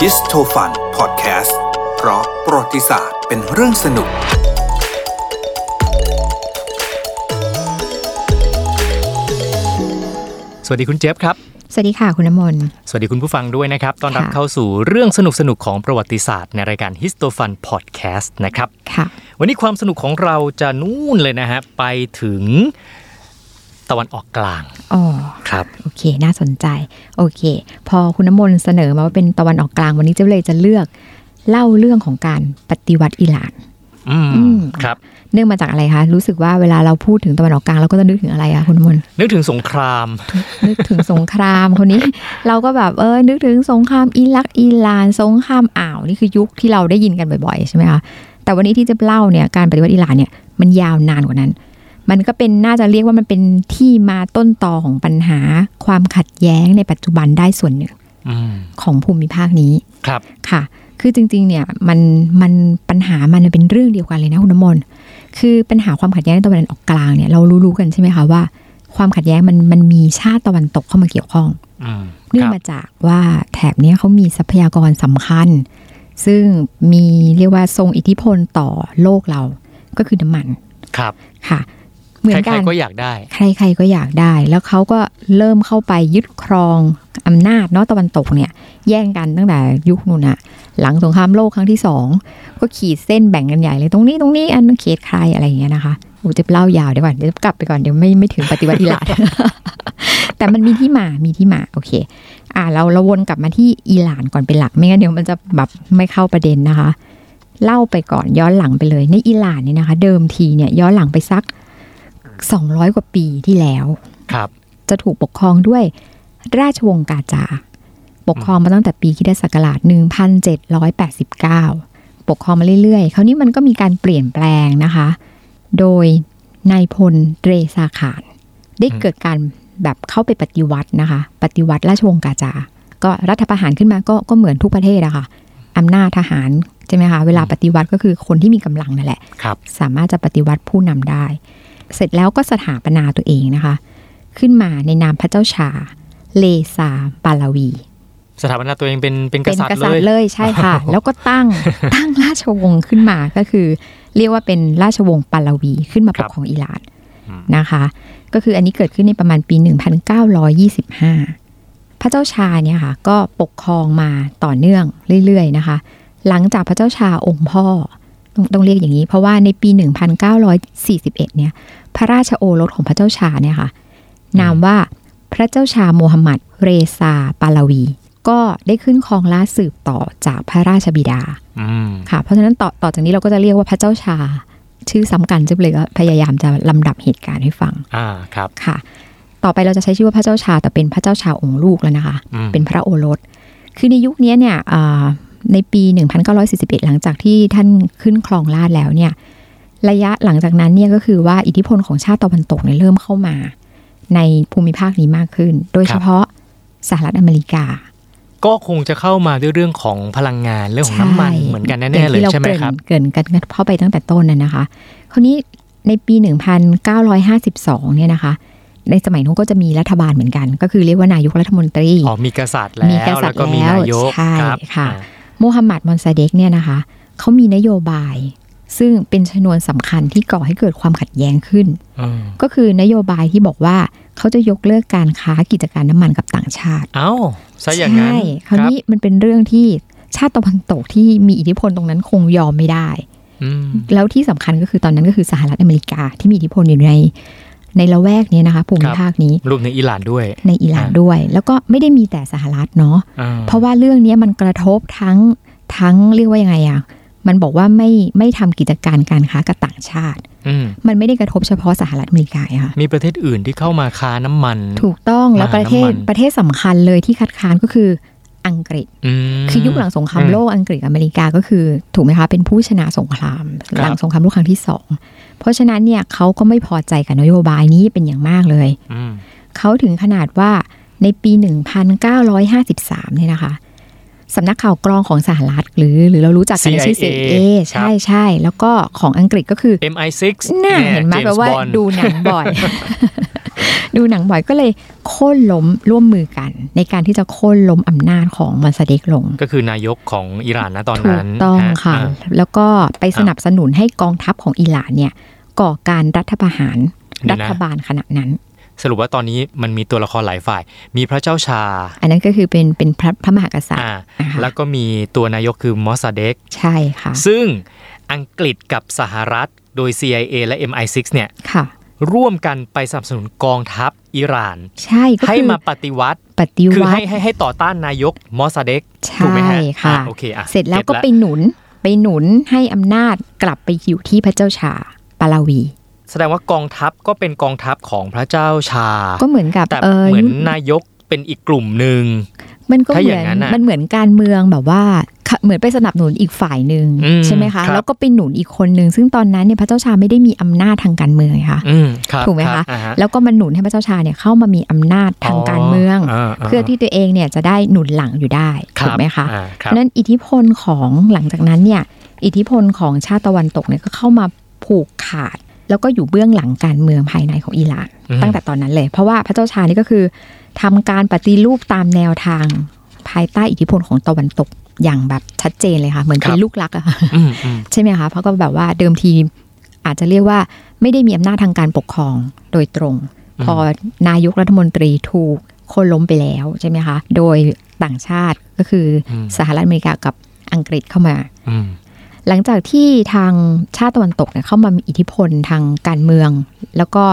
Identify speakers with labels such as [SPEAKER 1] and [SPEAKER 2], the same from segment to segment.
[SPEAKER 1] ฮิสโทฟันพอดแคสต์เพราะประวัติศาสตร์เป็นเรื่องสนุก
[SPEAKER 2] สวัสดีคุณเจฟครับ
[SPEAKER 3] สวัสดีค่ะคุณน้ำมนต์
[SPEAKER 2] สวัสดีคุณผู้ฟังด้วยนะครับ ตอนรับ
[SPEAKER 3] ค่ะ
[SPEAKER 2] เข้าสู่เรื่องสนุกสนุกๆของประวัติศาสตร์ในรายการ h i s t o f u n Podcast นะครับ
[SPEAKER 3] ค่ะ
[SPEAKER 2] วันนี้ความสนุกของเราจะนู่นเลยนะฮะ ไปถึงตะวันออกกลาง
[SPEAKER 3] อ๋อ
[SPEAKER 2] ครับ
[SPEAKER 3] โอเค น่าสนใจ โอเค พอคุณน้ำมนต์เสนอมาว่าเป็นตะวันออกกลาง วันนี้เจ๊เลยจะเลือกเล่าเรื่องของการปฏิวัติอิหร่าน
[SPEAKER 2] อืม
[SPEAKER 3] อืม
[SPEAKER 2] ครับ
[SPEAKER 3] เนื่องมาจากอะไรคะ รู้สึกว่าเวลาเราพูดถึงตะวันออกกลางเราก็จะนึกถึงอะไรอะคุณน้ำมนต์
[SPEAKER 2] นึกถึงสงคราม
[SPEAKER 3] นึกถึงสงครามคนนี้ เราก็แบบเออนึกถึงสงครามอิรักอิหร่าน สงครามอ่าวนี่คือยุคที่เราได้ยินกันบ่อยๆใช่ไหมคะแต่วันนี้ที่จะเล่าเนี่ยการปฏิวัติอิหร่านเนี่ยมันยาวนานกว่านั้น มันก็เป็นน่าจะเรียกว่ามันเป็นที่มาต้นตอของปัญหา ความขัดแย้งในปัจจุบันได้ส่วนหนึ่ง
[SPEAKER 2] อืม
[SPEAKER 3] ของภูมิภาคนี้
[SPEAKER 2] ครับ
[SPEAKER 3] ค่ะ คือจริงๆเนี่ยมันมันปัญหามันเป็นเรื่องเดียวกันเลยนะคุณน้ำมนต์คือปัญหาความขัดแย้งในตะวันออกกลางเนี่ยเรารู้ๆกันใช่ไหมคะว่า ความขัดแย้งมันมันมีชาติตะวันตกเข้ามาเกี่ยวข้อง
[SPEAKER 2] อืม
[SPEAKER 3] เนื่
[SPEAKER 2] ค
[SPEAKER 3] อง
[SPEAKER 2] รับ
[SPEAKER 3] มาจากว่าแถบเนี้ยเขามีทรัพยากรสำคัญ ซึ่งมีเรียกว่าทรงอิทธิพลต่อโลกเราก็คือน้ำมัน
[SPEAKER 2] ครับ
[SPEAKER 3] ค่ะ เหมือน
[SPEAKER 2] ใคร
[SPEAKER 3] กัน
[SPEAKER 2] ๆก็อยากได้
[SPEAKER 3] ใครๆก็อยากได้ แล้วเขาก็เริ่มเข้าไปยึดครองอำนาจเนาะตะวันตกเนี่ย แย่งกันตั้งแต่ยุคนู่นอะหลังสงครามโลกครั้งที่สองก็ขีดเส้นแบ่งกันใหญ่เลยตรงนี้ตรงนี้อันนั้นเขตใครอะไรอย่างเงี้ยนะคะอูจะเล่ายาวเดี๋ยวก่อนเดี๋ยวกลับไปก่อนเดี๋ยวไม่ไม่ถึงปฏิวัติอิหร่าน แต่มันมีที่มา มีที่มา โอเค อ่า เราเราวนกลับมาที่อิหร่านก่อนเป็นหลัก ไม่งั้นเดี๋ยวมันจะแบบไม่เข้าประเด็นนะคะ เล่าไปก่อนย้อนหลังไปเลย ในอิหร่านเนี่ยนะคะ เดิมทีเนี่ยย้อนหลังไปสัก 200 กว่าปีที่แล้ว
[SPEAKER 2] ครับ
[SPEAKER 3] จะถูกปกครองด้วยราชวงศ์กาจาร์ปกครองมาตั้งแต่ปีคริดศักราช 1789 ปกครองมาเรื่อยๆ คราวนี้มันก็มีการเปลี่ยนแปลงนะคะ โดยนายพลเตรซาขาน ได้
[SPEAKER 2] อืม
[SPEAKER 3] เกิดการแบบเข้าไปปฏิวัตินะคะ ปฏิวัติราชวงศ์กาจาร์ก็รัฐประหารขึ้นมาก็ก็เหมือนทุกประเทศอะค่ะอำนาจทหารใช่ไหมคะเวลาปฏิวัติก็คือคนที่มีกำลังนั่นแหละ
[SPEAKER 2] ครับ
[SPEAKER 3] สามารถจะปฏิวัติผู้นำได้ เสร็จแล้วก็สถาปนาตัวเองนะคะ ขึ้นมาในนามพระเจ้าชา เลซาปาลาวี
[SPEAKER 2] สถาปนาตัวเองเป็นเป็นก
[SPEAKER 3] เป็น
[SPEAKER 2] ษัตริ
[SPEAKER 3] ก
[SPEAKER 2] ย์
[SPEAKER 3] ษัตริย์
[SPEAKER 2] เลย
[SPEAKER 3] เลยใช่ค่ะ
[SPEAKER 2] โอ้โห
[SPEAKER 3] แล้วก็ ตั้ง ตั้งราชวงศ์ขึ้นมาก็คือ เรียกว่าเป็นราชวงศ์ปาลาวีขึ้นมาปกครองอิหร่านนะคะ ก็คืออันนี้เกิดขึ้นในประมาณปี 1925 พระเจ้าชาเนี่ยค่ะ ก็ปกครองมาต่อเนื่องเรื่อยๆนะคะ หลังจากพระเจ้าชาองค์พ่อต้องต้องเรียกอย่างนี้ เพราะว่าในปี 1941 เนี่ย พระราชโอรสของพระเจ้าชาเนี่ยค่ะ นามว่าพระเจ้าชาโมฮัมหมัดเรซาปาลาวี ก็ได้ขึ้นครองราชย์สืบต่อจากพระราชบิดา
[SPEAKER 2] อืม
[SPEAKER 3] ค่ะ เพราะฉะนั้นต่อต่อจากนี้เราก็จะเรียกว่าพระเจ้าชา ชื่อซ้ำกันจะเลยก็พยายามจะลำดับเหตุการณ์ให้ฟัง
[SPEAKER 2] อ่าครับ
[SPEAKER 3] ค่ะ ต่อไปเราจะใช้ชื่อว่าพระเจ้าชาแต่เป็นพระเจ้าชาองค์ลูกแล้วนะคะ
[SPEAKER 2] อืม
[SPEAKER 3] เป็นพระโอรส คือในยุคนี้เนี่ยอ่าในปี 1941 หลังจากที่ท่านขึ้นครองราชย์แล้วเนี่ย ระยะหลังจากนั้นเนี่ยก็คือว่าอิทธิพลของชาติตะวันตกเนี่ยเริ่มเข้ามา ในภูมิภาคนี้มากขึ้น โดยเฉพาะสหรัฐอเมริกา
[SPEAKER 2] ก็คงจะเข้ามาด้วยเรื่องของพลังงานเรื่องของน้ำมัน
[SPEAKER 3] ใช่
[SPEAKER 2] เหมือนกัน
[SPEAKER 3] อ
[SPEAKER 2] แน่ๆ
[SPEAKER 3] ย่าง
[SPEAKER 2] เลย
[SPEAKER 3] ที่รา
[SPEAKER 2] ใช่ไหมครับ
[SPEAKER 3] เกรินเกรินกันเข้าไปตั้งแต่ต้นน่ะนะคะ คราวนี้ในปี 1952 เนี่ยนะคะ ในสมัยนู้นก็จะมีรัฐบาลเหมือนกัน ก็คือเรียกว่านายกรัฐมนตรี
[SPEAKER 2] อ๋อมีกษัตริย์แล้ว
[SPEAKER 3] มีกษัตริย์
[SPEAKER 2] แล้วก็มีนายก
[SPEAKER 3] แล้วใช่
[SPEAKER 2] รับ
[SPEAKER 3] ค่ะ
[SPEAKER 2] อ่า
[SPEAKER 3] โมฮัมหมัดมอนซาเดกเนี่ยนะคะ เขามีนโยบาย ซึ่งเป็นชนวนสำคัญที่ก่อให้เกิดความขัดแย้งขึ้น
[SPEAKER 2] อืม
[SPEAKER 3] ก็คือนโยบายที่บอกว่าเขาจะยกเลิกการค้ากิจการน้ำมันกับต่างชาติ
[SPEAKER 2] เอ้าซะอย่างนั้น
[SPEAKER 3] ใช่คราวนี้มันเป็นเรื่องที่ชาติตะวันตกที่มีอิทธิพลตรงนั้นคงยอมไม่ได้
[SPEAKER 2] อืม
[SPEAKER 3] แล้วที่สำคัญก็คือตอนนั้นก็คือสหรัฐอเมริกาที่มีอิทธิพลอยู่ใน ในละแวกเนี้ยนะคะภูมิภาคนี้
[SPEAKER 2] รวมถึงอิหร่านด้วย
[SPEAKER 3] ในอิหร่านด้วย แล้วก็ไม่ได้มีแต่สหรัฐเนาะ
[SPEAKER 2] อ่
[SPEAKER 3] เพราะว่าเรื่องเนี้ยมันกระทบทั้งทั้งเรียกว่ายังไงอะมันบอกว่าไม่ไม่ทำกิจการการค้ากับต่างชาติ
[SPEAKER 2] อืม
[SPEAKER 3] มันไม่ได้กระทบเฉพาะสหรัฐอเมริกาอะค่ะ
[SPEAKER 2] มีประเทศอื่นที่เข้ามาค้าน้ำมัน
[SPEAKER 3] ถูกต้องแล้ว
[SPEAKER 2] อ่า
[SPEAKER 3] ประเทศ
[SPEAKER 2] น้ำมัน
[SPEAKER 3] ประเทศสำคัญเลยที่คัดค้านก็คืออังกฤษ
[SPEAKER 2] ม
[SPEAKER 3] คือยุคหลังสงครามโลกอังกฤษอเมริกาก็คือถูกไหมคะเป็นผู้ชนะสงคราม
[SPEAKER 2] ครับ
[SPEAKER 3] หลังสงครามโลกครั้งที่สองเพราะฉะนั้นเนี่ยเขาก็ไม่พอใจกับนโยบายนี้เป็นอย่างมากเลย
[SPEAKER 2] อืม
[SPEAKER 3] เขาถึงขนาดว่าในปี 1953 เนี่ยนะคะสำนักข่าวกรองของสหรัฐหรือหรือเรารู้จักกันในชื่อ CIA ใช่ใช่แล้วก็ของอังกฤษก็คือ
[SPEAKER 2] ครับ MI6
[SPEAKER 3] น่า
[SPEAKER 2] เย
[SPEAKER 3] เห็นไหม
[SPEAKER 2] James
[SPEAKER 3] แปลว่า
[SPEAKER 2] Bond
[SPEAKER 3] ดูหนังบ่อย ดูหนังบ่อยก็เลยโค่นล้มร่วมมือกัน ในการที่จะโค่นล้มอำนาจของมอนซาเดกลง
[SPEAKER 2] ก็คือนายกของอิหร่านนะตอน
[SPEAKER 3] ถู
[SPEAKER 2] นั้
[SPEAKER 3] ก
[SPEAKER 2] น
[SPEAKER 3] ต้อง
[SPEAKER 2] นฮ
[SPEAKER 3] ค่ะ
[SPEAKER 2] อ่า
[SPEAKER 3] แล้วก็ไปสนับสนุนให้กองทัพของอิหร่านเนี่ยก่อการรัฐประหาร
[SPEAKER 2] เดี๋
[SPEAKER 3] รั
[SPEAKER 2] ยวนะ
[SPEAKER 3] ฐบาลขณะนั้น
[SPEAKER 2] สรุปว่าตอนนี้มันมีตัวละครหลายฝ่าย มีพระเจ้าชา
[SPEAKER 3] อันนั้นก็คือเป็นเป็นพระพระมหากษัตริย์
[SPEAKER 2] อ่า
[SPEAKER 3] นะคะ
[SPEAKER 2] แล้วก็มีตัวนายกคือมอสซาเดก
[SPEAKER 3] ใช่ค่ะ
[SPEAKER 2] ซึ่งอังกฤษกับสหรัฐโดย CIA และ MI6 เนี่ย
[SPEAKER 3] ค่ะ
[SPEAKER 2] ร่วมกันไปสนับสนุนกองทัพอิหร่าน
[SPEAKER 3] ใช่ก็
[SPEAKER 2] ให้
[SPEAKER 3] คือ
[SPEAKER 2] มาปฏิวัติ
[SPEAKER 3] ปฏิ
[SPEAKER 2] คือ
[SPEAKER 3] วั
[SPEAKER 2] ให้
[SPEAKER 3] ติ
[SPEAKER 2] ให้ให้ต่อต้านนายกมอสซาเดก
[SPEAKER 3] ใช
[SPEAKER 2] ถูกไหม่ ฮะ
[SPEAKER 3] ค่ะ
[SPEAKER 2] อ่โอเคอ่ะ
[SPEAKER 3] เสร็จแล้วก็
[SPEAKER 2] ก็
[SPEAKER 3] ไปหนุนไปหนุนให้อำนาจกลับไปอยู่ที่พระเจ้าชาปาลาวี
[SPEAKER 2] แสดงว่ากองทัพก็เป็นกองทัพของพระเจ้าชา
[SPEAKER 3] ก็เหมือนกับ
[SPEAKER 2] แต่
[SPEAKER 3] เออ
[SPEAKER 2] เหมือน
[SPEAKER 3] ยุ
[SPEAKER 2] นายกเป็นอีกกลุ่มหนึ่ง
[SPEAKER 3] มันก็
[SPEAKER 2] ถ้า
[SPEAKER 3] เห
[SPEAKER 2] อ
[SPEAKER 3] มื
[SPEAKER 2] ย่า
[SPEAKER 3] อง น
[SPEAKER 2] นั้นน่ะ
[SPEAKER 3] มันเหมือนการเมืองแบบว่าค่ะเหมือนไปสนับสนุนอีกฝ่ายหนึ่ง
[SPEAKER 2] อืม
[SPEAKER 3] ใช่ไหม
[SPEAKER 2] ครั
[SPEAKER 3] คะ
[SPEAKER 2] บ
[SPEAKER 3] แล้วก็ไปหนุนอีกคนหนึ่งซึ่งตอนนั้นเนี่ยพระเจ้าชาไม่ได้มีอำนาจทางการเมืองไงค่ะ
[SPEAKER 2] อืมครับ
[SPEAKER 3] ถูกไหม
[SPEAKER 2] รั
[SPEAKER 3] คะ
[SPEAKER 2] บอ่าฮ
[SPEAKER 3] แล้วก็มาหนุนให้พระเจ้าชาเนี่ยเข้ามามีอำนาจทางการเมือง เพื่อที่ตัวเองเนี่ยจะได้หนุนหลังอยู่ได้
[SPEAKER 2] รับ
[SPEAKER 3] ถูกไหมคะ
[SPEAKER 2] อ่า
[SPEAKER 3] เพ
[SPEAKER 2] รับ
[SPEAKER 3] ราะฉะนั้นอิทธิพลของหลังจากนั้นเนี่ยอิทธิพลของชาติตะวันตกเนี่ยก็เข้ามาผูกขาด แล้วก็อยู่เบื้องหลังการเมืองภายในของอิหร่าน
[SPEAKER 2] อืม
[SPEAKER 3] ตั้งแต่ตอนนั้นเลย เพราะว่าพระเจ้าชายนี่ก็คือทำการปฏิรูปตามแนวทาง ภายใต้อิทธิพลของตะวันตกอย่างแบบชัดเจนเลยค่ะ เหมือนเป็นลูกรักอะค่ะ
[SPEAKER 2] อืมอืม
[SPEAKER 3] ใช่ไหมคะเพราะก็แบบว่าเดิมทีอาจจะเรียกว่าไม่ได้มีอำนาจทางการปกครองโดยตรง
[SPEAKER 2] อืม
[SPEAKER 3] พอนายกรัฐมนตรีถูกโค่นล้มไปแล้วใช่ไหมคะโดยต่างชาติก็คือ
[SPEAKER 2] อืม
[SPEAKER 3] สหรัฐอเมริกากับอังกฤษเข้ามา
[SPEAKER 2] อืม
[SPEAKER 3] หลังจากที่ทางชาติตะวันตกเนี่ยเข้ามามีอิทธิพลทางการเมือง แล้วก็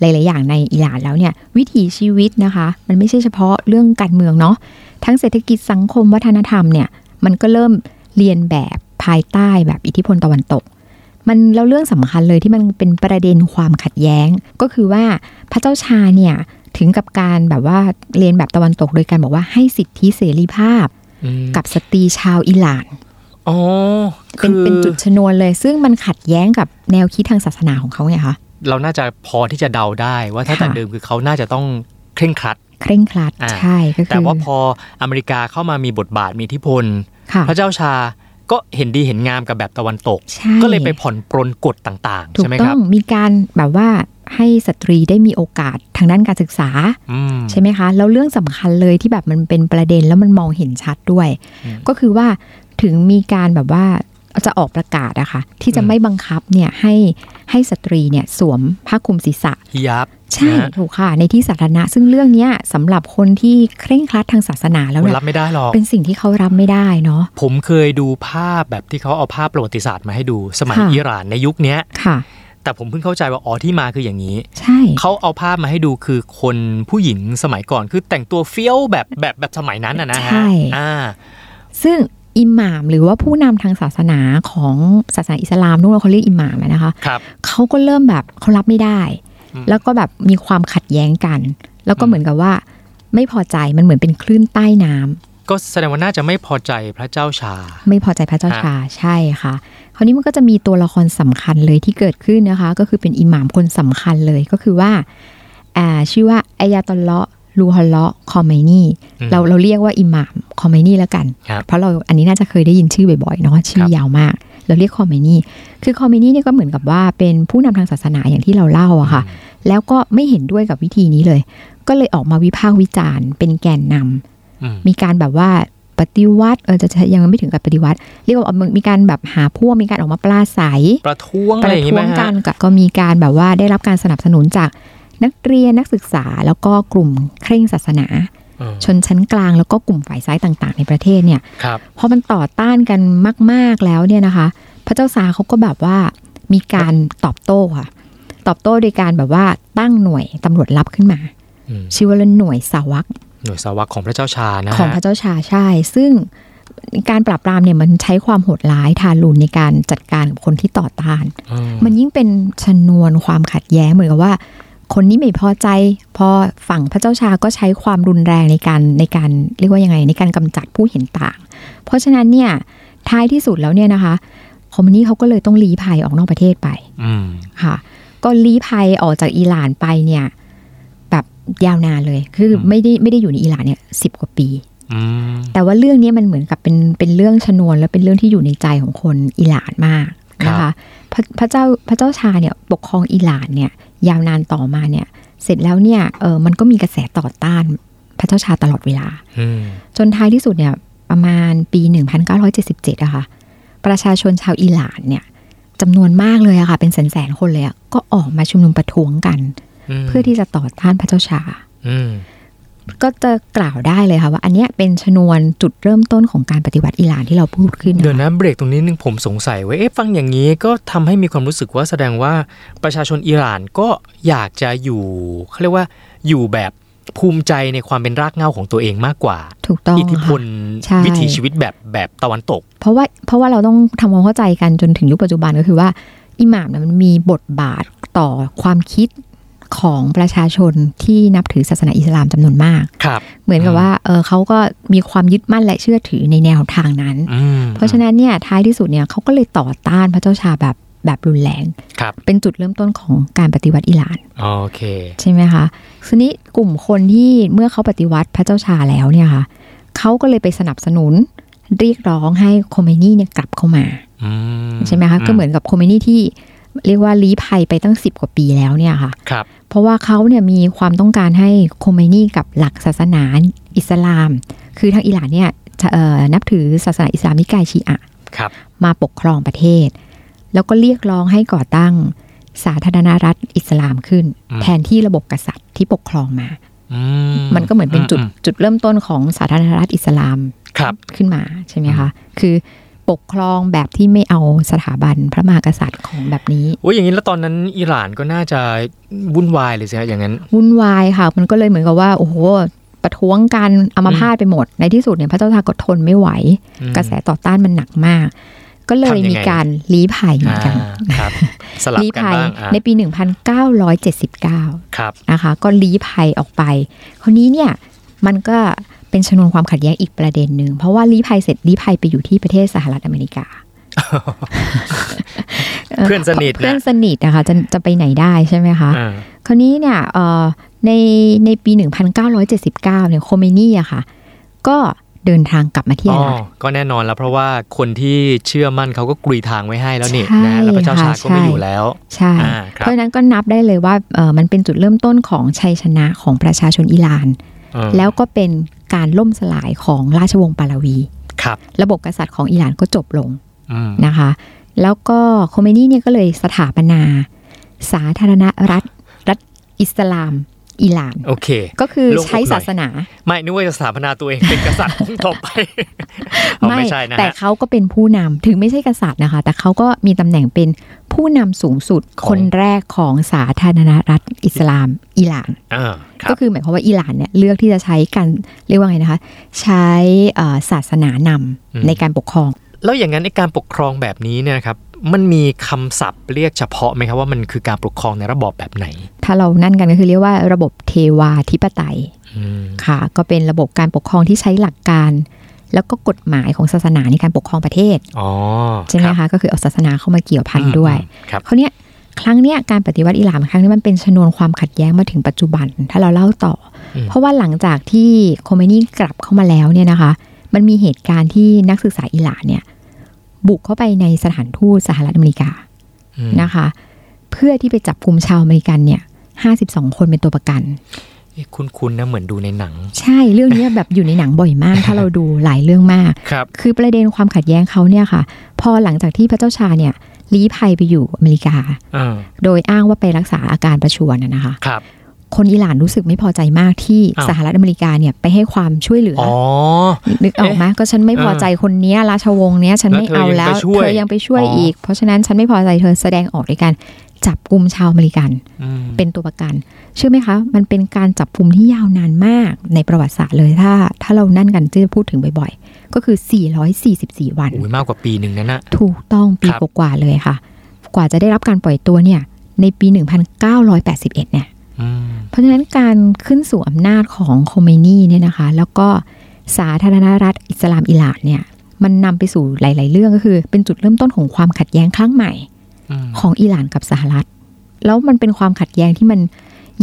[SPEAKER 3] หลาย ๆ อย่างในอิหร่านแล้วเนี่ยวิถีชีวิตนะคะ มันไม่ใช่เฉพาะเรื่องการเมืองเนาะทั้งเศรษฐกิจสังคมวัฒนธรรมเนี่ยมันก็เริ่มเรียนแบบภายใต้แบบอิทธิพลตะวันตก มันแล้วเรื่องสำคัญเลยที่มันเป็นประเด็นความขัดแย้ง ก็คือว่าพระเจ้าชาเนี่ยถึงกับการแบบว่าเรียนแบบตะวันตก โดยการบอกว่าให้สิทธิเสรีภาพ
[SPEAKER 2] อืม
[SPEAKER 3] กับสตรีชาวอิหร่าน
[SPEAKER 2] อ๋อ
[SPEAKER 3] เป็น
[SPEAKER 2] คือ
[SPEAKER 3] เป็นจุดชนวนเลย ซึ่งมันขัดแย้งกับแนวคิดทางศาสนาของเขาไงคะ
[SPEAKER 2] เราน่าจะพอที่จะเดาได้ว่าถ้า
[SPEAKER 3] ค่ะ
[SPEAKER 2] แต่เดิมคือเขาน่าจะต้องเคร่งครัด
[SPEAKER 3] เคร่งครัด
[SPEAKER 2] อ่า
[SPEAKER 3] ใช่ก็
[SPEAKER 2] แต่
[SPEAKER 3] คือ
[SPEAKER 2] ว่าพออเมริกาเข้ามามีบทบาทมีอิทธิพล
[SPEAKER 3] ค่ะ
[SPEAKER 2] พระเจ้าชาก็เห็นดีเห็นงามกับแบบตะวันตก
[SPEAKER 3] ใช่
[SPEAKER 2] ก็เลยไปผ่อนปรนกฎต่างๆ
[SPEAKER 3] ถู
[SPEAKER 2] ใช่
[SPEAKER 3] ก
[SPEAKER 2] ไหมค
[SPEAKER 3] ต้
[SPEAKER 2] รั
[SPEAKER 3] อบ งมีการแบบว่าให้สตรีได้มีโอกาสทางด้านการศึกษา
[SPEAKER 2] อืม
[SPEAKER 3] ใช่ไหมคะแล้วเรื่องสำคัญเลยที่แบบมันเป็นประเด็นแล้วมันมองเห็นชัดด้วย
[SPEAKER 2] อืม
[SPEAKER 3] ก็คือว่าถึงมีการแบบว่าจะออกประกาศอะคะ่ะที่จะ
[SPEAKER 2] อืม
[SPEAKER 3] ไม่บังคับเนี่ยให้ให้สตรีเนี่ยสวมผ้าคลุมศีรษะ
[SPEAKER 2] ยับ
[SPEAKER 3] ใช่
[SPEAKER 2] นะฮะ
[SPEAKER 3] ถูกค่ะ ในที่สาธารณะซึ่งเรื่องเนี้ยสำหรับคนที่เคร่งครัดทางศาสนาแล้ว
[SPEAKER 2] มัน
[SPEAKER 3] เนี่ย
[SPEAKER 2] รับไม่ได้หรอก
[SPEAKER 3] เป็นสิ่งที่เขารับไม่ได้เนาะ
[SPEAKER 2] ผมเคยดูภาพแบบที่เขาเอาภาพประวัติศาสตร์มาให้ดูสมัย
[SPEAKER 3] ค่ะ
[SPEAKER 2] อิหร่านในยุคเนี้ย
[SPEAKER 3] ค่ะ
[SPEAKER 2] แต่ผมเพิ่งเข้าใจว่าอ๋อที่มาคืออย่างนี้
[SPEAKER 3] ใช่
[SPEAKER 2] เขาเอาภาพมาให้ดูคือคนผู้หญิงสมัยก่อนคือแต่งตัวเฟี้ยวแบบแบบแบบสมัยนั้นอะนะฮะอ่า
[SPEAKER 3] ซึ่งอิหม่ามหรือว่าผู้นำทางศาสนาของศาสนาอิสลามนู่นเขาเรียกอิหม่ามอะนะคะ
[SPEAKER 2] ครับ
[SPEAKER 3] เขาก็เริ่มแบบเขารับไม่ได้
[SPEAKER 2] อืม
[SPEAKER 3] แล้วก็แบบมีความขัดแย้งกัน แล้วก็
[SPEAKER 2] อืม
[SPEAKER 3] เหมือนกับว่า ไม่พอใจมันเหมือนเป็นคลื่นใต้น้ำ
[SPEAKER 2] ก็แสดงว่าน่าจะไม่พอใจพระเจ้าชา
[SPEAKER 3] ไม่พอใจพระเจ้าชาใช่ค่ะ คราวนี้มันก็จะมีตัวละครสำคัญเลยที่เกิดขึ้นนะคะ ก็คือเป็นอิหม่ามคนสำคัญเลยก็คือว่าอ่าชื่อว่าอายาตอลเลาะห์ลูฮัลเลาะห์คอมไมนี
[SPEAKER 2] อืม
[SPEAKER 3] เราเราเรียกว่าอิหม่ามคอมเมนี่แล้วกัน
[SPEAKER 2] ครับ
[SPEAKER 3] เพราะเราอันนี้น่าจะเคยได้ยินชื่อบ่อยๆเนาะ
[SPEAKER 2] ค
[SPEAKER 3] ชื่อ
[SPEAKER 2] รับ
[SPEAKER 3] ยาวมาก เราเรียกคอมเมนี่คือคอมเมนี่เนี่ยก็เหมือนกับว่าเป็นผู้นำทางศาสนาอย่างที่เราเล่าอะค่ะ แล้วก็ไม่เห็นด้วยกับวิธีนี้เลย ก็เลยออกมาวิพากษ์วิจารณ์ เป็นแกนนำ
[SPEAKER 2] อืม
[SPEAKER 3] มีการแบบว่าปฏิวัติเออจะจะยังไม่ถึงกับปฏิวัติ เรียกว่าเอามีการแบบหาพวกมีการออกมาปลาใส
[SPEAKER 2] ประท้วง
[SPEAKER 3] ป
[SPEAKER 2] อะไร
[SPEAKER 3] ระ
[SPEAKER 2] อย่างงี้
[SPEAKER 3] ท้
[SPEAKER 2] ไห
[SPEAKER 3] ว
[SPEAKER 2] ม
[SPEAKER 3] งกั
[SPEAKER 2] ฮะ
[SPEAKER 3] นก็ก็มีการแบบว่าได้รับการสนับสนุนจากนักเรียนนักศึกษาแล้วก็กลุ่มเคร่งศาสนา
[SPEAKER 2] อืม
[SPEAKER 3] ชนชั้นกลางแล้วก็กลุ่มฝ่ายซ้ายต่าง ๆ ในประเทศเนี่ย
[SPEAKER 2] ครับ
[SPEAKER 3] พอมันต่อต้านกันมาก ๆแล้วเนี่ยนะคะ พระเจ้าซาร์เขาก็แบบว่ามีการตอบโต้ค่ะ ตอบโต้โดยการแบบว่าตั้งหน่วยตำรวจลับขึ้นมา
[SPEAKER 2] อืม
[SPEAKER 3] ชื่อว่าหน่วยสาวัก
[SPEAKER 2] หน่วยสาวกของพระเจ้าชานะฮะ
[SPEAKER 3] ของพระเจ้าชาใช่ ซึ่งการปราบปรามเนี่ยมันใช้ความโหดร้ายทารุณในการจัดการกับคนที่ต่อต้าน
[SPEAKER 2] อืม
[SPEAKER 3] มันยิ่งเป็นชนวนความขัดแย้งเหมือนกับว่า คนนี้ไม่พอใจ พอฝั่งพระเจ้าชาก็ใช้ความรุนแรงในการในการเรียกว่ายังไงในการกำจัดผู้เห็นต่าง เพราะฉะนั้นเนี่ยท้ายที่สุดแล้วเนี่ยนะคะคอมมิวนิสต์เขาก็เลยต้องลี้ภัยออกนอกประเทศไป
[SPEAKER 2] อืม
[SPEAKER 3] ค่ะ ก็ลี้ภัยออกจากอิหร่านไปเนี่ยแบบยาวนานเลยคือไม่ได้ไม่ได้อยู่ในอิหร่านเนี่ยสิบกว่าปี
[SPEAKER 2] อืม
[SPEAKER 3] แต่ว่าเรื่องนี้มันเหมือนกับเป็นเป็นเรื่องชนวนและเป็นเรื่องที่อยู่ในใจของคนอิหร่านมากนะ
[SPEAKER 2] ครั
[SPEAKER 3] คะ
[SPEAKER 2] บ
[SPEAKER 3] พระพระเจ้าพระเจ้าชาเนี่ยปกครองอิหร่านเนี่ยยาวนานต่อมาเนี่ย เสร็จแล้วเนี่ยเออมันก็มีกระแสต่อต้านพระเจ้าชาตลอดเวลา
[SPEAKER 2] อืม
[SPEAKER 3] จนท้ายที่สุดเนี่ยประมาณปี 1977อะค่ะประชาชนชาวอิหร่านเนี่ยจำนวนมากเลยอะค่ะ เป็นแสนๆคนเลยอะก็ออกมาชุมนุมประท้วงกัน
[SPEAKER 2] ม
[SPEAKER 3] เพื่อที่จะต่อต้านพระเจ้าชา
[SPEAKER 2] อืม
[SPEAKER 3] ก็จะกล่าวได้เลยค่ะว่า อันเนี้ยเป็นชนวนจุดเริ่มต้นของการปฏิวัติอิหร่านที่เราพูดขึ้น
[SPEAKER 2] เดี๋ยว
[SPEAKER 3] นะคะ
[SPEAKER 2] นะเบรกตรงนี้นึงผมสงสัยไว้เอ๊ะฟังอย่างนี้ก็ทำให้มีความรู้สึกว่าแสดงว่าประชาชนอิหร่านก็อยากจะอยู่เขาเรียกว่าอยู่แบบภูมิใจในความเป็นรากเหง้าของตัวเองมากกว่า
[SPEAKER 3] ถูกต้อง
[SPEAKER 2] อิทธิพ
[SPEAKER 3] ค่ะ
[SPEAKER 2] ล
[SPEAKER 3] ใช่
[SPEAKER 2] วิถีชีวิตแบบแบบตะวันตก
[SPEAKER 3] เพราะว่าเพราะว่าเราต้องทำความเข้าใจกันจนถึงยุคปัจจุบันก็คือว่าอิหม่ามเนี่ยมันมีบทบาทต่อความคิดของประชาชนที่นับถือศาสนาอิสลามจำนวนมาก
[SPEAKER 2] ครับ
[SPEAKER 3] เหมือนกับ
[SPEAKER 2] อืม
[SPEAKER 3] ว่าเออเขาก็มีความยึดมั่นและเชื่อถือในแนวทางนั้น
[SPEAKER 2] อืม
[SPEAKER 3] เพราะฉะนั้นเนี่ยท้ายที่สุดเนี่ยเขาก็เลยต่อต้านพระเจ้าชาแบบแบบรุนแรง
[SPEAKER 2] ครับ
[SPEAKER 3] เป็นจุดเริ่มต้นของการปฏิวัติอิหร่าน
[SPEAKER 2] โอเค
[SPEAKER 3] ใช่ไหมคะทีนี้กลุ่มคนที่เมื่อเขาปฏิวัติพระเจ้าชาแล้วเนี่ยค่ะเขาก็เลยไปสนับสนุนเรียกร้องให้โคเมนี่เนี่ยกลับเข้ามา
[SPEAKER 2] อืม
[SPEAKER 3] ใช่ไหมคะก็เหมือนกับโคเมนี่ที่เรียกว่าลี้ภัยไปตั้ง 10 กว่าปีแล้วเนี่ยค่ะ
[SPEAKER 2] ครับ
[SPEAKER 3] เพราะว่าเขาเนี่ยมีความต้องการให้โคเมนี่กับหลักศาสนาอิสลาม คือทางอิหร่านเนี่ยจะเอ่อนับถือศาสนาอิสลามนิกายชีอะ
[SPEAKER 2] ครับ
[SPEAKER 3] มาปกครองประเทศ แล้วก็เรียกร้องให้ก่อตั้งสาธารณรัฐอิสลามขึ้น
[SPEAKER 2] อืม
[SPEAKER 3] แทนที่ระบบกษัตริย์ที่ปกครองมา
[SPEAKER 2] อื
[SPEAKER 3] มันก็เหมือนเป็นจุด
[SPEAKER 2] อืม
[SPEAKER 3] จุดเริ่มต้นของสาธารณรัฐอิสลาม
[SPEAKER 2] ครับ
[SPEAKER 3] ขึ้นมาใช่ไหมคะ คือปกครองแบบที่ไม่เอาสถาบันพระมหากษัตริย์ของแบบนี้
[SPEAKER 2] โอ้ยอย่างนี้แล้วตอนนั้นอิหร่านก็น่าจะวุ่นวายเลยสิฮะอย่างนั้น
[SPEAKER 3] วุ่นวายค่ะ มันก็เลยเหมือนกับว่า โอ้โห ประท้วงกันอามาพาดไปหมด ในที่สุดเนี่ยพระเจ้าทากดทนไม่ไหว
[SPEAKER 2] อืม
[SPEAKER 3] กระแสต่อต้านมันหนักมาก ก็เลย
[SPEAKER 2] ทำยังไง
[SPEAKER 3] มีการลี้ภัยเหมือนกัน
[SPEAKER 2] อ่าครับ สลับ
[SPEAKER 3] ลี้
[SPEAKER 2] กัน
[SPEAKER 3] ภัย
[SPEAKER 2] บ้างอ่ะ
[SPEAKER 3] ในปี 1979
[SPEAKER 2] ครับ
[SPEAKER 3] นะคะ ก็ลี้ภัยออกไป คราวนี้เนี่ยมันก็เป็นชนวนความขัดแย้งอีกประเด็นหนึ่ง เพราะว่าลี้ภัยเสร็จลี้ภัยไปอยู่ที่ประเทศสหรัฐอเมริกา
[SPEAKER 2] เพื่อนสนิทนะ
[SPEAKER 3] เพื่อนสนิทนะคะจะจะไปไหนได้ใช่ไหมคะ
[SPEAKER 2] อ่า
[SPEAKER 3] คราวนี้เนี่ยเอ่อในในปี 1979เนี่ยโคเมนี่อะค่ะ ก็เดินทางกลับมาที่
[SPEAKER 2] อ๋
[SPEAKER 3] อิ
[SPEAKER 2] อ
[SPEAKER 3] หร่าน
[SPEAKER 2] ก็แน่นอนแล้วเพราะว่าคนที่เชื่อมั่นเขาก็กรีทางไว้ให้แล้วนี่
[SPEAKER 3] ใช่
[SPEAKER 2] นะฮะแล้วพระเจ้าชา
[SPEAKER 3] ค่ะ
[SPEAKER 2] ก็ไม่
[SPEAKER 3] ใช่
[SPEAKER 2] อยู่แล้ว
[SPEAKER 3] ใช่
[SPEAKER 2] อ่าค
[SPEAKER 3] เพ
[SPEAKER 2] รับ
[SPEAKER 3] ราะฉะนั้นก็นับได้เลยว่าเอ่อมันเป็นจุดเริ่มต้นของชัยชนะของประชาชนอิหร่าน
[SPEAKER 2] อืม
[SPEAKER 3] แล้วก็เป็นการล่มสลายของราชวงศ์ปาลวี
[SPEAKER 2] ครับ
[SPEAKER 3] ระบบกษัตริย์ของอิหร่านก็จบลง
[SPEAKER 2] อืม
[SPEAKER 3] นะคะ แล้วก็โคเมนี่เนี่ยก็เลยสถาปนา สาธารณรัฐรัฐอิสลามอิหร่าน
[SPEAKER 2] โอเค
[SPEAKER 3] ก็คือ
[SPEAKER 2] โล่งอกหน่อย
[SPEAKER 3] ใช้ศาสนา
[SPEAKER 2] ไม่นึกว่าจะสถาปนาตัวเองเป็นกษัตริย์ต่อไป เอาไม่ใช่นะ
[SPEAKER 3] แต่
[SPEAKER 2] ฮะ
[SPEAKER 3] เขาก็เป็นผู้นำถึงไม่ใช่กษัตริย์นะคะ แต่เขาก็มีตำแหน่งเป็นผู้นำสูงสุดคนแรกของสาธารณรัฐอิสลามอิหร่าน
[SPEAKER 2] อ่าครั
[SPEAKER 3] ก็
[SPEAKER 2] บ
[SPEAKER 3] คือหมายความว่าอิหร่านเนี่ยเลือกที่จะใช้การเรียกว่าไงนะคะ ใช้เอ่อศาสนานำในการปกครอง
[SPEAKER 2] แล้วอย่างนั้นไอการปกครองแบบนี้เนี่ยนะครับมันมีคำศัพท์เรียกเฉพาะไหมครับว่ามันคือการปกครองในระบอบแบบไหน
[SPEAKER 3] ถ้าเรานั่นกันก็คือเรียกว่าระบบเทวาธิปไตย
[SPEAKER 2] อืม
[SPEAKER 3] ค่ะ ก็เป็นระบบการปกครองที่ใช้หลักการ แล้วก็กฎหมายของศาสนาในการปกครองประเทศ
[SPEAKER 2] อ๋อ
[SPEAKER 3] ใช่ไหม
[SPEAKER 2] รับ
[SPEAKER 3] คะก็คือเอาศาสนาเข้ามาเกี่ยวพันด้วย
[SPEAKER 2] อืมครับ
[SPEAKER 3] คราวเนี้ยครั้งเนี้ยการปฏิวัติอิหร่านครั้งนี้มันเป็นชนวนความขัดแย้งมาถึงปัจจุบัน ถ้าเราเล่าต่ออ
[SPEAKER 2] ม
[SPEAKER 3] เพราะว่าหลังจากที่โคเมนีกลับเข้ามาแล้วเนี่ยนะคะ มันมีเหตุการณ์ที่นักศึกษาอิหร่านเนี่ยบุกเข้าไปในสถานทูตสหรัฐอเมริกา
[SPEAKER 2] อืม
[SPEAKER 3] นะคะ เพื่อที่ไปจับกลุ่มชาวอเมริกันเนี่ย52 คนเป็นตัวประกัน
[SPEAKER 2] เอ๊ะคุ้นๆนะเหมือนดูในหนัง
[SPEAKER 3] ใช่เรื่องเนี้ยแบบอยู่ในหนังบ่อยมาก ถ้าเราดูหลายเรื่องมาก
[SPEAKER 2] ครับ
[SPEAKER 3] คือประเด็นความขัดแย้งเขาเนี่ยค่ะ พอหลังจากที่พระเจ้าชาเนี่ยลี้ภัยไปอยู่อเมริกา
[SPEAKER 2] อ่า
[SPEAKER 3] โดยอ้างว่าไปรักษาอาการประชวรนะนะคะ
[SPEAKER 2] ครับ
[SPEAKER 3] คนอิหร่านรู้สึกไม่พอใจมากที่
[SPEAKER 2] อ้าว
[SPEAKER 3] สหรัฐอเมริกาเนี่ยไปให้ความช่วยเหลืออ
[SPEAKER 2] อ๋อ
[SPEAKER 3] นึกออกไหมก็ฉันไม่พอใจคนเนี้ยราชวงศ์เนี้ยฉันไม่เอา
[SPEAKER 2] แล้
[SPEAKER 3] แล้ว ว
[SPEAKER 2] เธอยังไปช่วย
[SPEAKER 3] เธอ
[SPEAKER 2] อ๋อ
[SPEAKER 3] ยังไปช่วย
[SPEAKER 2] อี
[SPEAKER 3] อีก เพราะฉะนั้นฉันไม่พอใจเธอแสดงออกด้วยการจับกลุ่มชาวอเมริกัน
[SPEAKER 2] อืม
[SPEAKER 3] เป็นตัวประกัน เชื่อไหมคะ มันเป็นการจับกลุ่มที่ยาวนานมากในประวัติศาสตร์เลยถ้า ถ้าเรานั่นกันที่จะพูดถึงบ่อยๆ ก็คือ 444 วัน
[SPEAKER 2] อุ้ยมากกว่าปีหนึ่งนั่นนะ
[SPEAKER 3] ถูกต้องปี
[SPEAKER 2] ครับ
[SPEAKER 3] กว่าๆเลยค่ะ กว่าจะได้รับการปล่อยตัวเนี่ยในปี 1981เนี่ย
[SPEAKER 2] อืม
[SPEAKER 3] เพราะฉะนั้นการขึ้นสู่อำนาจของโคเมนีเนี่ยนะคะ แล้วก็สาธารณรัฐอิสลามอิหร่านเนี่ย มันนำไปสู่หลาย ๆ เรื่องก็คือ เป็นจุดเริ่มต้นของความขัดแย้งครั้งใหม่
[SPEAKER 2] อืม
[SPEAKER 3] ของอิหร่านกับสหรัฐ แล้วมันเป็นความขัดแย้งที่มัน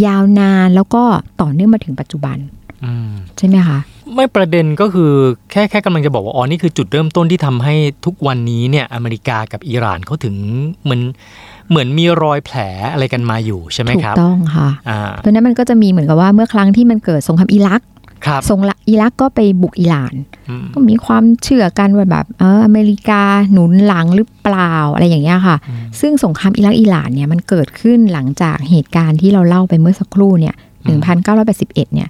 [SPEAKER 3] ยาวนานแล้วก็ต่อเนื่องมาถึงปัจจุบัน
[SPEAKER 2] อืม
[SPEAKER 3] ใช่ไหมคะ
[SPEAKER 2] ไม่ประเด็นก็คือแค่แค่กำลังจะบอกว่าอ๋อนี่คือจุดเริ่มต้นที่ทำให้ทุกวันนี้เนี่ยอเมริกากับอิหร่านเขาถึงเหมือน เหมือนมีรอยแผลอะไรกันมาอยู่ใช่ไหม
[SPEAKER 3] ถู
[SPEAKER 2] ค
[SPEAKER 3] ก
[SPEAKER 2] รับ
[SPEAKER 3] ต้องค่ะ
[SPEAKER 2] อ่า
[SPEAKER 3] เพราะฉะนั้นมันก็จะมีเหมือนกับว่าเมื่อครั้งที่มันเกิดสงครามอิรัก
[SPEAKER 2] ครับ
[SPEAKER 3] สงละอิรักก็ไปบุกอิหร่าน
[SPEAKER 2] อืม
[SPEAKER 3] ก็มีความเชื่อกันว่าแบบเอออเมริกาหนุนหลังหรือเปล่าอะไรอย่างเงี้ยค่ะ ซึ่งสงครามอิรักอิหร่านเนี่ยมันเกิดขึ้นหลังจากเหตุการณ์ที่เราเล่าไปเมื่อสักครู่เนี่ย1981เนี่ย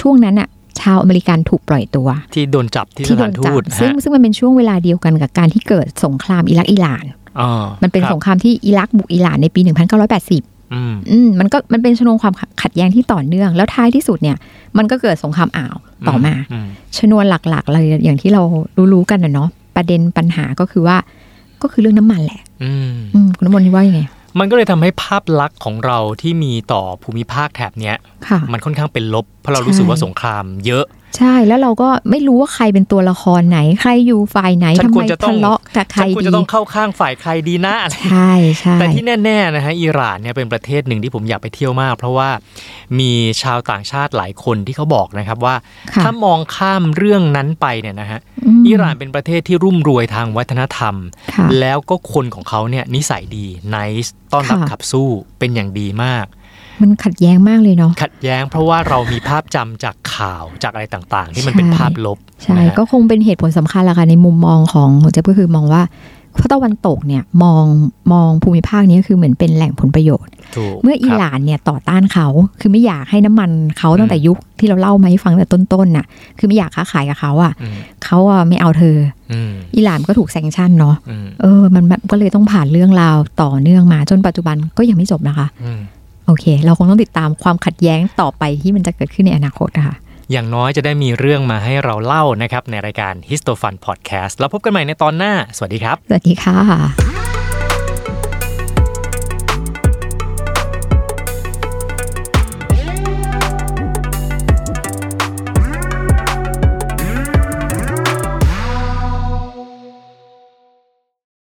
[SPEAKER 3] ช่วงนั้นอะชาวอเมริกันถูกปล่อยตัว
[SPEAKER 2] ที่โดนจับที่ส
[SPEAKER 3] ที่โด
[SPEAKER 2] ถาน
[SPEAKER 3] น
[SPEAKER 2] ทู
[SPEAKER 3] จั
[SPEAKER 2] ตนะ
[SPEAKER 3] ซึ่ง
[SPEAKER 2] ฮะ
[SPEAKER 3] ซึ่งมันเป็นช่วงเวลาเดียวกันกับการที่เกิดสงครามอิรักอิหร่าน
[SPEAKER 2] อ๋อ
[SPEAKER 3] มันเป็น
[SPEAKER 2] ครับ
[SPEAKER 3] สงครามที่อิรักบุกอิหร่านในปี 1980
[SPEAKER 2] อืม
[SPEAKER 3] อืมมันก็มันเป็นชนวนความขัดแย้งที่ต่อเนื่อง แล้วท้ายที่สุดเนี่ยมันก็เกิดสงครามอ่าวต่อมา
[SPEAKER 2] อืม
[SPEAKER 3] ชนวนหลักๆเลยอย่างที่เรารู้ๆกันนะเนาะประเด็นปัญหาก็คือว่า ก็คือเรื่องน้ำมันแหละ
[SPEAKER 2] อืม
[SPEAKER 3] อืมคุณน้ำมนต์นี่ว่ายังไง
[SPEAKER 2] มันก็เลยทำให้ภาพลักษณ์ของเราที่มีต่อภูมิภาคแถบเนี้ย
[SPEAKER 3] ค่ะ
[SPEAKER 2] มันค่อนข้างเป็นลบ เพราะเรา
[SPEAKER 3] ใช่
[SPEAKER 2] รู้สึกว่าสงครามเยอะ
[SPEAKER 3] ใช่แล้วเราก็ไม่รู้ว่าใครเป็นตัวละครไหน ใครอยู่ฝ่ายไหน
[SPEAKER 2] ฉั
[SPEAKER 3] ทำ
[SPEAKER 2] นคว
[SPEAKER 3] ไม
[SPEAKER 2] รจะต้อ
[SPEAKER 3] ทะ
[SPEAKER 2] ง
[SPEAKER 3] เลาะกับใคร
[SPEAKER 2] ฉันควร
[SPEAKER 3] ดี
[SPEAKER 2] จะต้องเข้าข้างฝ่ายใครดีนะอะไร
[SPEAKER 3] ใช่ใช่
[SPEAKER 2] แต่ที่แน่ๆนะฮะอิหร่านเนี่ยเป็นประเทศหนึ่งที่ผมอยากไปเที่ยวมาก เพราะว่ามีชาวต่างชาติหลายคนที่เขาบอกนะครับว่า
[SPEAKER 3] ค่ะ
[SPEAKER 2] ถ้ามองข้ามเรื่องนั้นไปเนี่ยนะฮะ
[SPEAKER 3] ม
[SPEAKER 2] อิหร่านเป็นประเทศที่รุ่มรวยทางวัฒนธรรม
[SPEAKER 3] ค่ะ
[SPEAKER 2] แล้วก็คนของเขาเนี่ยนิสัยดีไนส์ต้อนรับ
[SPEAKER 3] ค่ะ
[SPEAKER 2] ขับสู้เป็นอย่างดีมาก
[SPEAKER 3] มันขัดแย้งมากเลยเนาะ
[SPEAKER 2] ขัดแย้งเพราะว่าเรามีภาพจำจากข่าวจากอะไรต่างๆ ที่มันเป็น
[SPEAKER 3] ใช่
[SPEAKER 2] ภาพลบ
[SPEAKER 3] ใช่
[SPEAKER 2] นะฮะ
[SPEAKER 3] ก็คงเป็นเหตุผลสำคัญละค่ะในมุมมองของของเจ๊ยบก็คือมองว่าพระตะวันตกเนี่ยมองมองภูมิภาคนี้ก็คือเหมือนเป็นแหล่งผลประโยชน์
[SPEAKER 2] ถูก
[SPEAKER 3] เมื่ออิ
[SPEAKER 2] ค
[SPEAKER 3] ห
[SPEAKER 2] รับ
[SPEAKER 3] ร่านเนี่ยต่อต้านเขา คือไม่อยากให้น้ำมันเขา
[SPEAKER 2] อืม
[SPEAKER 3] ตั้งแต่ยุคที่เราเล่ามาให้ฟังแต่ต้นๆน่ะ คือไม่อยากค้าขายกับเขาอ่ะ
[SPEAKER 2] อืม
[SPEAKER 3] เขาอ่ะไม่เอาเธอ
[SPEAKER 2] อืม
[SPEAKER 3] อิหร่านก็ถูกแซงชั่นเนาะ
[SPEAKER 2] อืม
[SPEAKER 3] เออ มันมันก็เลยต้องผ่านเรื่องราวต่อเนื่องมาจนปัจจุบันก็ยังไม่จบนะคะ
[SPEAKER 2] อืม
[SPEAKER 3] โอเค เราคงต้องติดตามความขัดแย้งต่อไปที่มันจะเกิดขึ้นในอนาคตนะคะ
[SPEAKER 2] อย่างน้อยจะได้มีเรื่องมาให้เราเล่านะครับ ในรายการ Histofun Podcast แล้วพบกันใหม่ในตอนหน้า สวัสดีครับ
[SPEAKER 3] สวัสดีค่ะ